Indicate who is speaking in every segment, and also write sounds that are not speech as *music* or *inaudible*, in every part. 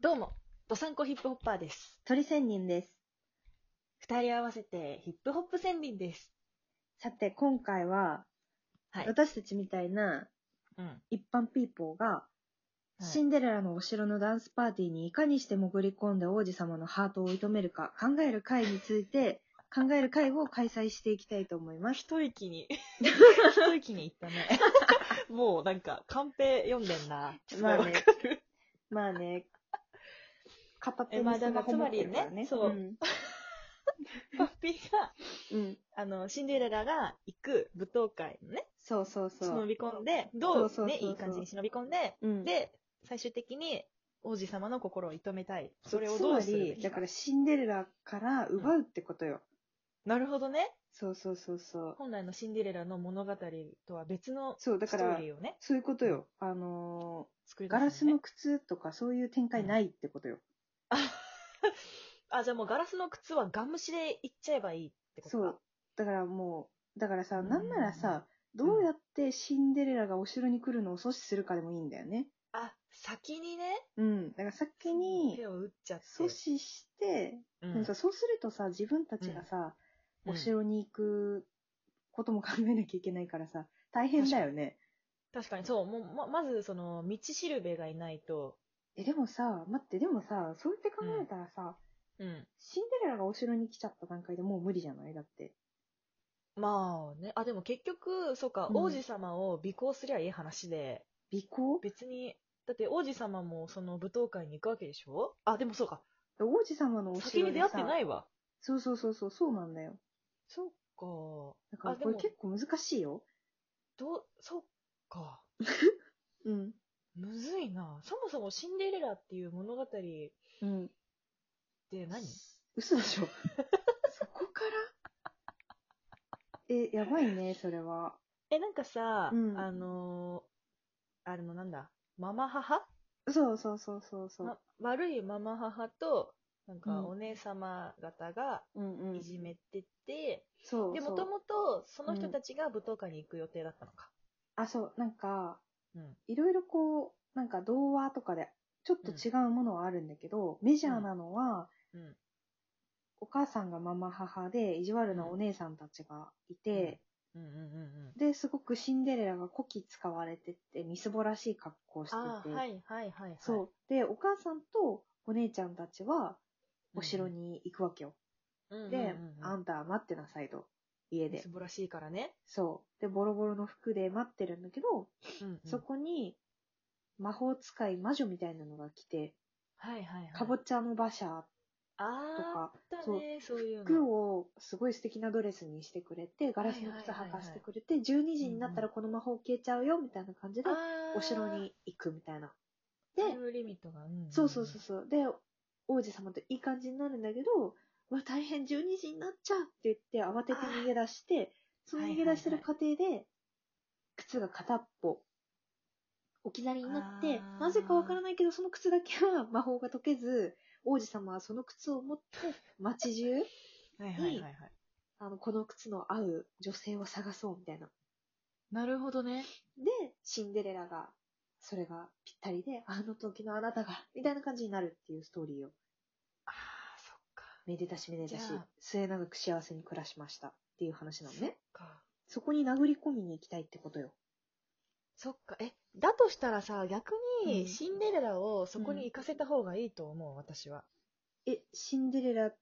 Speaker 1: どうも、ドサンコヒップホッパーです。
Speaker 2: 鳥仙人です。
Speaker 1: 二人合わせてヒップホップ仙人です。
Speaker 2: さて、今回は、
Speaker 1: はい
Speaker 2: 私たちみたいな
Speaker 1: うん。
Speaker 2: 一般ピーポーが、シンデレラのお城のダンスパーティーにいかにして潜り込んで王子様のハートを射止めるか考える会につ
Speaker 1: *laughs*
Speaker 2: いて、考える会を開催していきたいと思います。
Speaker 1: 一息
Speaker 2: *laughs*
Speaker 1: に、一息に行ったね。 *laughs* もうなんか、カンペ読んでんな。
Speaker 2: まあ
Speaker 1: わ
Speaker 2: ね
Speaker 1: かる。
Speaker 2: ま
Speaker 1: *laughs*
Speaker 2: あね、片手
Speaker 1: え
Speaker 2: に
Speaker 1: まあ
Speaker 2: スマホ持ってるから
Speaker 1: だからつまりねそう
Speaker 2: うん。
Speaker 1: パッピーが、
Speaker 2: うん
Speaker 1: あの、シンデレラが行く舞踏会のね、
Speaker 2: そうそうそう。
Speaker 1: 忍び込んで、どう
Speaker 2: そうそうそう
Speaker 1: ね、
Speaker 2: そう
Speaker 1: いい感じに忍び込んで、
Speaker 2: うん、
Speaker 1: で、最終的に王子様の心を射止めたい。
Speaker 2: そ
Speaker 1: それ
Speaker 2: れ
Speaker 1: を
Speaker 2: を
Speaker 1: ど
Speaker 2: ど
Speaker 1: う
Speaker 2: う
Speaker 1: す
Speaker 2: す
Speaker 1: る
Speaker 2: る
Speaker 1: べき
Speaker 2: だ
Speaker 1: か
Speaker 2: からシンデレラから奪うってことよ。
Speaker 1: なるほどね。
Speaker 2: そうそうそうそう。
Speaker 1: 本来のシンデレラの物語とは別の
Speaker 2: そう、だ
Speaker 1: スト
Speaker 2: から
Speaker 1: ーリ、ーをね、
Speaker 2: そういうことよ。あのー、
Speaker 1: 作り出
Speaker 2: ガ
Speaker 1: す
Speaker 2: ラ
Speaker 1: ね
Speaker 2: スの靴とかそういう展開ないってことよ。
Speaker 1: ああ、じゃあもうガラスの靴はガムシでいっちゃえばいいってこと
Speaker 2: そ
Speaker 1: か。
Speaker 2: う。だからもう、だからさ、
Speaker 1: うん
Speaker 2: なんならさ、どうやってシンデレラがお城に来るのを阻止するかでもいいんだよね。
Speaker 1: あ、先にね、
Speaker 2: うん。だから先に
Speaker 1: 手を打っちゃって。
Speaker 2: 阻止して、
Speaker 1: うん
Speaker 2: でもさそうするとさ、自分たちがさ、
Speaker 1: うん
Speaker 2: お城に行くことも考えなきゃいけないからさ、大変だよね。
Speaker 1: 確かに、そう、もう、ま、まず、その、道しるべがいないと、
Speaker 2: え、でもさ、待って、でもさ、そうやって考えたらさ、
Speaker 1: うん。
Speaker 2: シンデレラがお城に来ちゃった段階でもう無理じゃないだって。
Speaker 1: まあね、あ、でも結局、そうか、
Speaker 2: うん
Speaker 1: 王子様を尾行すりゃいい話で、
Speaker 2: 尾行
Speaker 1: 別に、だって王子様もその舞踏会に行くわけでしょあ、でもそうか、
Speaker 2: 王子様のお
Speaker 1: 先
Speaker 2: 城
Speaker 1: に
Speaker 2: で
Speaker 1: 出
Speaker 2: さ
Speaker 1: 会ってないわ。
Speaker 2: そうそうそうそう、そうなんだよ。
Speaker 1: そうか。
Speaker 2: だから
Speaker 1: あで
Speaker 2: こ
Speaker 1: も
Speaker 2: れ結構難しいよ。
Speaker 1: どう、そうか。
Speaker 2: うん。
Speaker 1: むずいな。そもそもシンデレラっていう物語って
Speaker 2: うん。
Speaker 1: 何
Speaker 2: 嘘で
Speaker 1: *laughs*
Speaker 2: しょ。そこからえ、やばいね、それは。
Speaker 1: え、なんかさ、
Speaker 2: うん
Speaker 1: あのーあれもなんだ、ママ母、
Speaker 2: そうそうそうそうそう。
Speaker 1: ま悪いママ母と、なんか
Speaker 2: うん
Speaker 1: お姉様方が
Speaker 2: うんう
Speaker 1: い
Speaker 2: ん。
Speaker 1: じめてて、
Speaker 2: そう。
Speaker 1: で、
Speaker 2: そ
Speaker 1: も
Speaker 2: う
Speaker 1: ともとその人たちが舞踏会に行く予定だったのか。
Speaker 2: あ、そう、なんか、
Speaker 1: うん。
Speaker 2: いろいろこう、なんか童話とかで、ちょっと違うものはあるんだけど、メジャーなのは、
Speaker 1: うん。
Speaker 2: お母さんがママ母で、意地悪なお姉さんたちがいて、
Speaker 1: うんうんうん
Speaker 2: で、すごくシンデレラがこき使われてて、みすぼらしい格好をして
Speaker 1: う
Speaker 2: て
Speaker 1: ん。、ああ、はいはいはい、はい。
Speaker 2: そう。で、お母さんとお姉ちゃんたちは、
Speaker 1: うん
Speaker 2: お城に行くわけよ。
Speaker 1: うんうんうん。
Speaker 2: で、あ
Speaker 1: あ
Speaker 2: んたは待ってなさいと。家で
Speaker 1: 素。晴らしいからね。
Speaker 2: そう。で、ボロボロの服で待ってるんだけど、
Speaker 1: うん、うん。
Speaker 2: そこに、魔法使い魔女みたいなのが来て、
Speaker 1: はいはいはい。
Speaker 2: かぼちゃの馬車と
Speaker 1: あ
Speaker 2: か、
Speaker 1: ーあったね、そういう
Speaker 2: 服
Speaker 1: の。
Speaker 2: をすごい素敵なドレスにしてくれて、ガラスの靴履かしてくれて、12時になったらこの魔法消えちゃうよ、みたいな感じで、
Speaker 1: あー
Speaker 2: お城に行くみたいな。で
Speaker 1: タイムリミットが。んんん
Speaker 2: そうそうそうそう。で、王子様といい感じになるんだけど、うわ、大変、12時になっちゃうって言って、慌てて逃げ出して、その逃げ出してる過程で、靴が片っぽ、置き去りになって
Speaker 1: あ、ー
Speaker 2: なぜかわからないけど、その靴だけは魔法が解けず、王子様はその靴を持って、街中、
Speaker 1: *laughs* はいはいはいはい。
Speaker 2: あの、この靴の合う女性を探そうみたいな。
Speaker 1: なるほどね。
Speaker 2: で、シンデレラが、それがぴったりで、あの時のあなたが、みたいな感じになるっていうストーリーを。
Speaker 1: ああ、そっか。
Speaker 2: めでたしめでたし
Speaker 1: じゃあ、
Speaker 2: 末永く幸せに暮らしましたっていう話なの
Speaker 1: そ
Speaker 2: ね。
Speaker 1: っか。
Speaker 2: そこに殴り込みに行きたいってことよ。
Speaker 1: そっか。え、だとしたらさ、逆
Speaker 2: う
Speaker 1: に
Speaker 2: ん
Speaker 1: シンデレラをそこ
Speaker 2: う
Speaker 1: に
Speaker 2: ん
Speaker 1: 行かせた方がいいと思う、私は。
Speaker 2: え、シンデレラ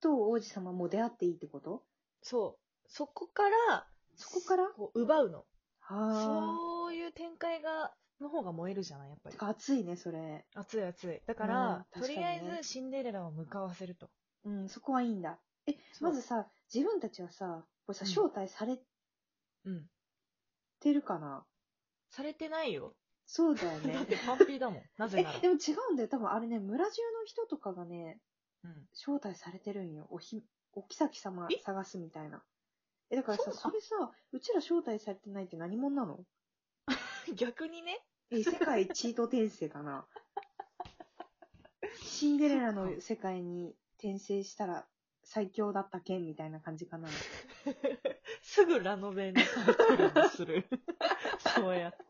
Speaker 2: と王子様も出会っていいってこと
Speaker 1: そう。そこから、
Speaker 2: そこから
Speaker 1: こう奪うの。
Speaker 2: はあ。
Speaker 1: そういう展開が、の方が燃えるじゃない、やっぱ
Speaker 2: て
Speaker 1: り。
Speaker 2: か熱いね、それ。
Speaker 1: 熱い熱い。だから、
Speaker 2: うん
Speaker 1: と
Speaker 2: 確か
Speaker 1: り
Speaker 2: に
Speaker 1: あ
Speaker 2: ね
Speaker 1: えずシンデレラを向かわせると。
Speaker 2: うん、そこはいいんだ。え、
Speaker 1: そう
Speaker 2: まずさ、自分たちはさ、これさ、
Speaker 1: うん
Speaker 2: 招待され
Speaker 1: うん。
Speaker 2: てるかな、
Speaker 1: されてないよ。
Speaker 2: そうだ *laughs* よ
Speaker 1: だっ
Speaker 2: ね。
Speaker 1: てパンピーだもん。なぜ
Speaker 2: え
Speaker 1: なら、。
Speaker 2: でも違うんだよ。多分あれね、村中の人とかがね、
Speaker 1: うん。
Speaker 2: 招待されてるんよ。おひ、お妃様
Speaker 1: え
Speaker 2: 探すみたいな。え、だからさ、
Speaker 1: そ
Speaker 2: そうれさ、うちら招待されてないって何者なの
Speaker 1: 逆にね。
Speaker 2: え、世界チート転生
Speaker 1: *laughs*
Speaker 2: かなシンデレ
Speaker 1: そ
Speaker 2: ラ
Speaker 1: っか
Speaker 2: の世界に転生したら最強だったけんみたいな感じかな。
Speaker 1: すぐラ *laughs* ノベのタイトルにする。そうやって。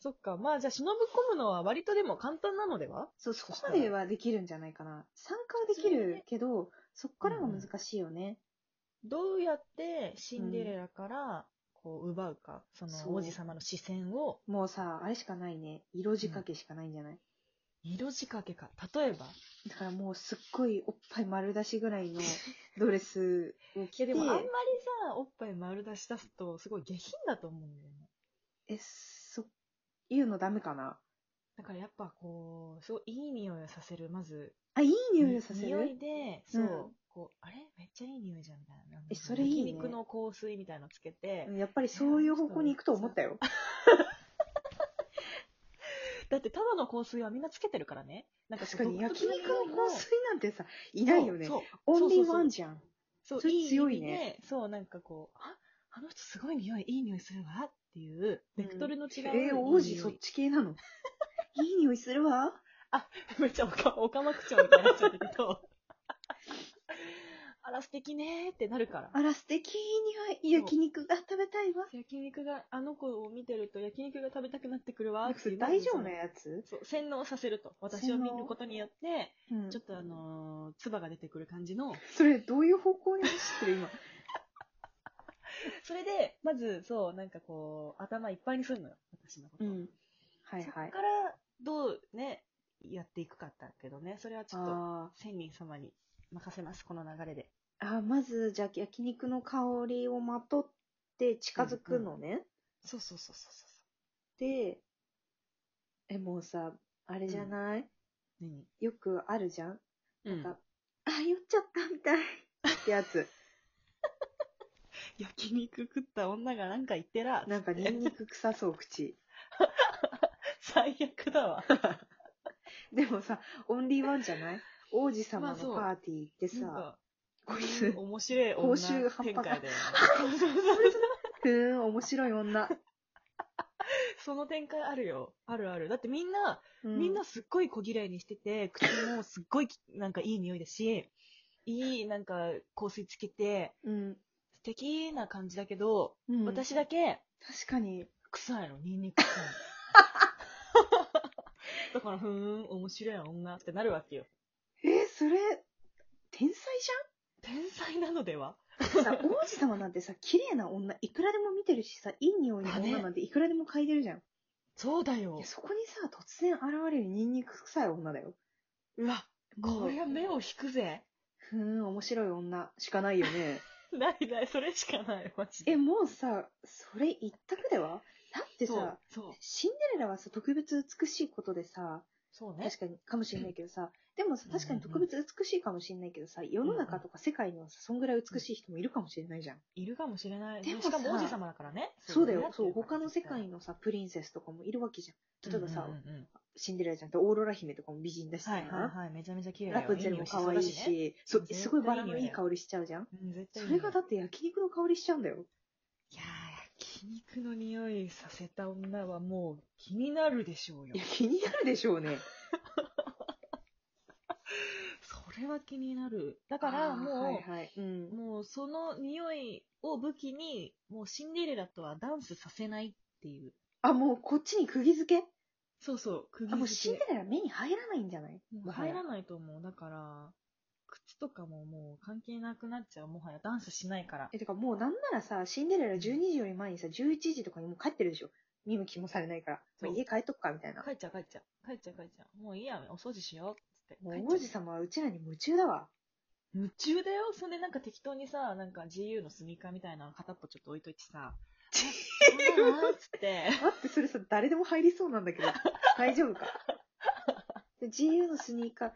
Speaker 1: そっか。まあじゃあ忍び込むのは割とでも簡単なのでは
Speaker 2: そう、そこまではできるんじゃないかな。参加はできるけど、そこからが難しいよね。
Speaker 1: どうやってシンデレラからこう奪うか、そ
Speaker 2: そう
Speaker 1: の王子様の視線を、
Speaker 2: もうさ、あれしかないね。色仕掛けしかないんじゃない、
Speaker 1: 色仕掛けか。例えば。
Speaker 2: だからもうすっごいおっぱい丸出しぐらい
Speaker 1: *laughs*
Speaker 2: のドレスを着
Speaker 1: いや
Speaker 2: て。
Speaker 1: でもあんまりさ、おっぱい丸出し出すとすごい下品だと思うんだよね。
Speaker 2: え、そ、言うのダメかな
Speaker 1: だからやっぱこう、すごいいい匂いをさせる、まず、
Speaker 2: あ、いい匂いをさせ
Speaker 1: 匂
Speaker 2: る
Speaker 1: いで、そう、
Speaker 2: うん
Speaker 1: こう、あれめっちゃいい匂いじゃんみたいな。
Speaker 2: えそれいいね
Speaker 1: 焼肉の香水みたいなのつけて、
Speaker 2: うんやっぱりそういう方向に行くと思ったよ。
Speaker 1: だってただの香水はみんなつけてるからね。なんか
Speaker 2: 確かに
Speaker 1: こう
Speaker 2: 焼肉の香水なんてさ、い
Speaker 1: 独特の匂
Speaker 2: ないい
Speaker 1: も
Speaker 2: よね。
Speaker 1: そう
Speaker 2: オンリ
Speaker 1: そうそう
Speaker 2: ー
Speaker 1: そう
Speaker 2: ワンじゃん。
Speaker 1: そう、
Speaker 2: それ
Speaker 1: いい
Speaker 2: 強
Speaker 1: 強
Speaker 2: い
Speaker 1: い
Speaker 2: ね
Speaker 1: ね。そう、なんかこう、あ、あの人すごい匂い、いい匂いするわっていう、ベクトルの違う、
Speaker 2: えー、
Speaker 1: いい匂
Speaker 2: 王
Speaker 1: い
Speaker 2: 子そっち系
Speaker 1: *laughs*
Speaker 2: なのいい匂いするわ。
Speaker 1: めっちゃおか、おかまくちゃみたいになっちゃったけど。 *laughs* あら、素敵ねーってなるから。
Speaker 2: あら、素敵いい匂い。焼肉が食べたいわ。
Speaker 1: 焼肉が、あの子を見てると焼肉が食べたくなってくるわーっていう。
Speaker 2: 大丈夫なやつ
Speaker 1: そう、洗脳させると。私を見ることによって、
Speaker 2: うん
Speaker 1: ちょっとあのー、唾が出てくる感じの。
Speaker 2: それ、どういう方向に走ってる今。
Speaker 1: それで、まず、そう、なんかこう、頭いっぱいにするのよ、私のこと。
Speaker 2: ん。はい
Speaker 1: そこ
Speaker 2: は
Speaker 1: から
Speaker 2: い。
Speaker 1: どうね、やっていくかだけどね、それはちょっと、
Speaker 2: あ
Speaker 1: 千人様に任せます、この流れで。
Speaker 2: ーあー、まず、じゃあ、焼肉の香りをまとって近づくのね。
Speaker 1: そうそうそうそうそう。
Speaker 2: で、え、もうさ、あれじゃない、
Speaker 1: 何
Speaker 2: よくあるじゃん
Speaker 1: うん
Speaker 2: なんか、あ、酔っちゃったみたい。ってやつ。
Speaker 1: 焼肉食った女がなんか言ってら、
Speaker 2: なんか、ニンニク臭そう、口。
Speaker 1: 最悪だわ。
Speaker 2: でもさ、オンリーワンじゃない王子様
Speaker 1: ま
Speaker 2: の
Speaker 1: あ *laughs* そう
Speaker 2: パーティーって
Speaker 1: なん
Speaker 2: さ、
Speaker 1: か、
Speaker 2: こいつ、
Speaker 1: 面白い
Speaker 2: 報
Speaker 1: 女
Speaker 2: 酬が半
Speaker 1: 展
Speaker 2: 端な
Speaker 1: 開
Speaker 2: い
Speaker 1: だよね。そうそうそう
Speaker 2: ふーん、面白い女。
Speaker 1: その展開あるよ。あるある。だってみんな、
Speaker 2: う
Speaker 1: みんな、すっごい小綺麗にして *laughs* て、口もすっごいきなんかいい匂いだし、いいなんか香水つけて、
Speaker 2: うん。
Speaker 1: 素敵な感じだけど、
Speaker 2: うん、
Speaker 1: 私だけ
Speaker 2: 確かに、
Speaker 1: 臭いの、ニンニク臭い *laughs* の。だから、ふーん、面白い女ってなるわけよ。
Speaker 2: えーそれ、天才
Speaker 1: 天才なのでは
Speaker 2: じゃん
Speaker 1: *laughs*
Speaker 2: さ、王子様なんてさ、綺麗な女、いくらでも見てるしさ、いい匂いの
Speaker 1: だね
Speaker 2: 女なんていくらでも嗅いでるじゃん。
Speaker 1: そうだよ
Speaker 2: いや。そこにさ、突然現れるニンニク臭い女だよ。
Speaker 1: うわ、
Speaker 2: も
Speaker 1: こ
Speaker 2: う
Speaker 1: りゃ目を引くぜ。
Speaker 2: ふーん、面白い女しかないよね。
Speaker 1: ないない、それしかない、マジで。
Speaker 2: え、もうさ、それ一択ではだってさ、
Speaker 1: そう、そう、
Speaker 2: シンデレラはさ、特別美しいことでさ、
Speaker 1: そうね。
Speaker 2: 確かに、かもしれないけどさ、でもさ、
Speaker 1: うんうんうん
Speaker 2: 確かに特別美しいかもしれないけどさ、世の中とか世界にはさ、そんぐらい美しい人もいるかもしれないじゃん。
Speaker 1: いるかもしれない。
Speaker 2: でも
Speaker 1: しかも
Speaker 2: さ
Speaker 1: 王子様だからね。
Speaker 2: そうだ
Speaker 1: い
Speaker 2: よ
Speaker 1: の。
Speaker 2: そう、
Speaker 1: やってるか
Speaker 2: 他
Speaker 1: ら
Speaker 2: の世界のさ、プリンセスとかもいるわけじゃん。例えばさ、
Speaker 1: うんうんうん
Speaker 2: シンデレラじゃんってオーロラ姫とかも美人だしさ、
Speaker 1: はいはいはい、めちゃめちゃ綺麗だ
Speaker 2: ラ
Speaker 1: よ
Speaker 2: プンツェルも可愛いし、
Speaker 1: 匂いしそ
Speaker 2: そ
Speaker 1: ううだしね
Speaker 2: すごいバラのいい香りしちゃうじゃん。
Speaker 1: そうだしねうん、絶対
Speaker 2: そ
Speaker 1: いい
Speaker 2: れ
Speaker 1: ね
Speaker 2: がだって焼肉の香りしちゃうんだよ。
Speaker 1: いやー、焼肉の匂いさせた女はもう気になるでしょうよ
Speaker 2: いや、。気になるでしょうね。
Speaker 1: それは気になる。だからもう、
Speaker 2: はいはい。うん。
Speaker 1: もうその匂いを武器に、もうシンデレラとはダンスさせないっていう。
Speaker 2: あ、もうこっちに釘付け
Speaker 1: そうそう、釘
Speaker 2: あ、もうシン
Speaker 1: 付
Speaker 2: デ
Speaker 1: け。
Speaker 2: レラ目に入らないんじゃない
Speaker 1: もう入らないと思う。だから、靴とかももう関係なくなっちゃう。もはやダンスしないから。
Speaker 2: え、てかもうなんならさ、シンデレラ12時より前にさ、11時とかにもう帰ってるでしょ。見向きもされないから。
Speaker 1: そう
Speaker 2: まあ家帰っとくか、みたいな。
Speaker 1: 帰っちゃう帰っちゃう。帰っちゃう帰っちゃう。もういいや、お掃除しよう。つって。
Speaker 2: も
Speaker 1: 帰っ
Speaker 2: う
Speaker 1: ちゃ
Speaker 2: 王子様はうちらに夢中だわ。
Speaker 1: 夢中だよ。それでなんか適当にさ、なんか GU のスニーカーみたいなの片っぽちょっと置いといてさ。GU? *laughs* つって。
Speaker 2: 待って、それさ、誰でも入りそうなん
Speaker 1: *laughs*
Speaker 2: だけど、大丈夫か。で GU のスニーカー、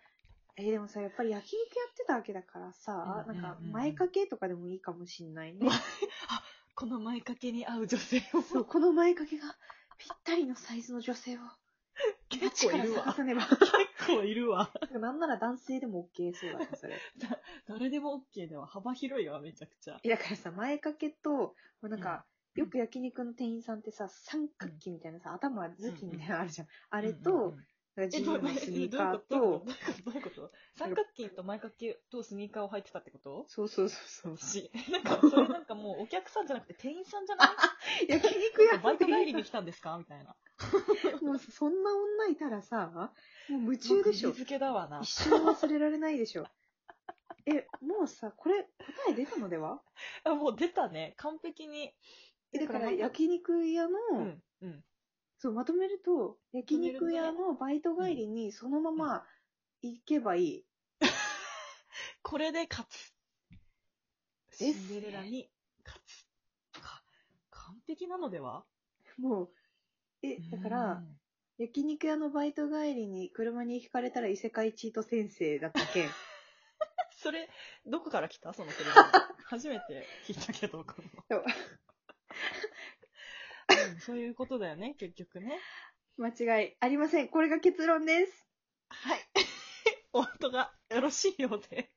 Speaker 2: えでもさ、やっぱり焼肉やってたわけだからさ、
Speaker 1: うんうんうん
Speaker 2: なんか前掛けとかでもいいかもし
Speaker 1: *laughs*
Speaker 2: んないね。
Speaker 1: この前掛けに合う女性を。
Speaker 2: そう、この前掛けがぴったりのサイズの女性を、
Speaker 1: 結構いる
Speaker 2: 街から探
Speaker 1: わ。
Speaker 2: さねば。
Speaker 1: 結構いるわ。
Speaker 2: なんなら男性でも OK そうだね、それ。
Speaker 1: 誰でも OK では幅広いわ、めちゃくちゃ。
Speaker 2: *laughs* いやだからさ、前掛けと、なんか、よく焼肉の店員さんってさ、三角形みたいなさ、頭頭頭巾みたいなのあるじゃん。あ
Speaker 1: あ
Speaker 2: れと、なんか自由なスニーカー
Speaker 1: えどういう
Speaker 2: と
Speaker 1: こ、とどういうことどういうこと三角形と前掛けとスニーカーを履いてたってこと
Speaker 2: そうそうそうそう。
Speaker 1: し、なんか、それなんかもうお客さんじゃなくて店員さんじゃない
Speaker 2: 焼肉屋
Speaker 1: バイト帰りに来たんですかみたいな。
Speaker 2: もうそんな女いたらさ、もう夢中でしょ
Speaker 1: 日。付だわな。
Speaker 2: 一生忘れられないでしょ。 *laughs* え、もうさ、これ、答え出たのでは
Speaker 1: あ、もう出たね。完璧に。
Speaker 2: えだか
Speaker 1: だからら
Speaker 2: 焼肉屋の、
Speaker 1: うん。うん。
Speaker 2: そう、まとめると、焼肉
Speaker 1: ま
Speaker 2: 屋のバイト帰りにそのまま行けばいい。
Speaker 1: これで勝つ。シ
Speaker 2: ですね
Speaker 1: ンデレラに勝つ。か、完璧なのでは
Speaker 2: もう、え、だから、、焼肉屋のバイト帰りに車にひかれたら異世界チート先生だったけん。
Speaker 1: *laughs* それ、どこから来たその
Speaker 2: *laughs*
Speaker 1: 車。初めて聞いたけど、こ
Speaker 2: そ
Speaker 1: の。 *laughs*
Speaker 2: う
Speaker 1: うんそういうことだよね、結局ね。
Speaker 2: 間違い
Speaker 1: *laughs*
Speaker 2: ありません。これが結論です。
Speaker 1: はい。お後がよろしいようで。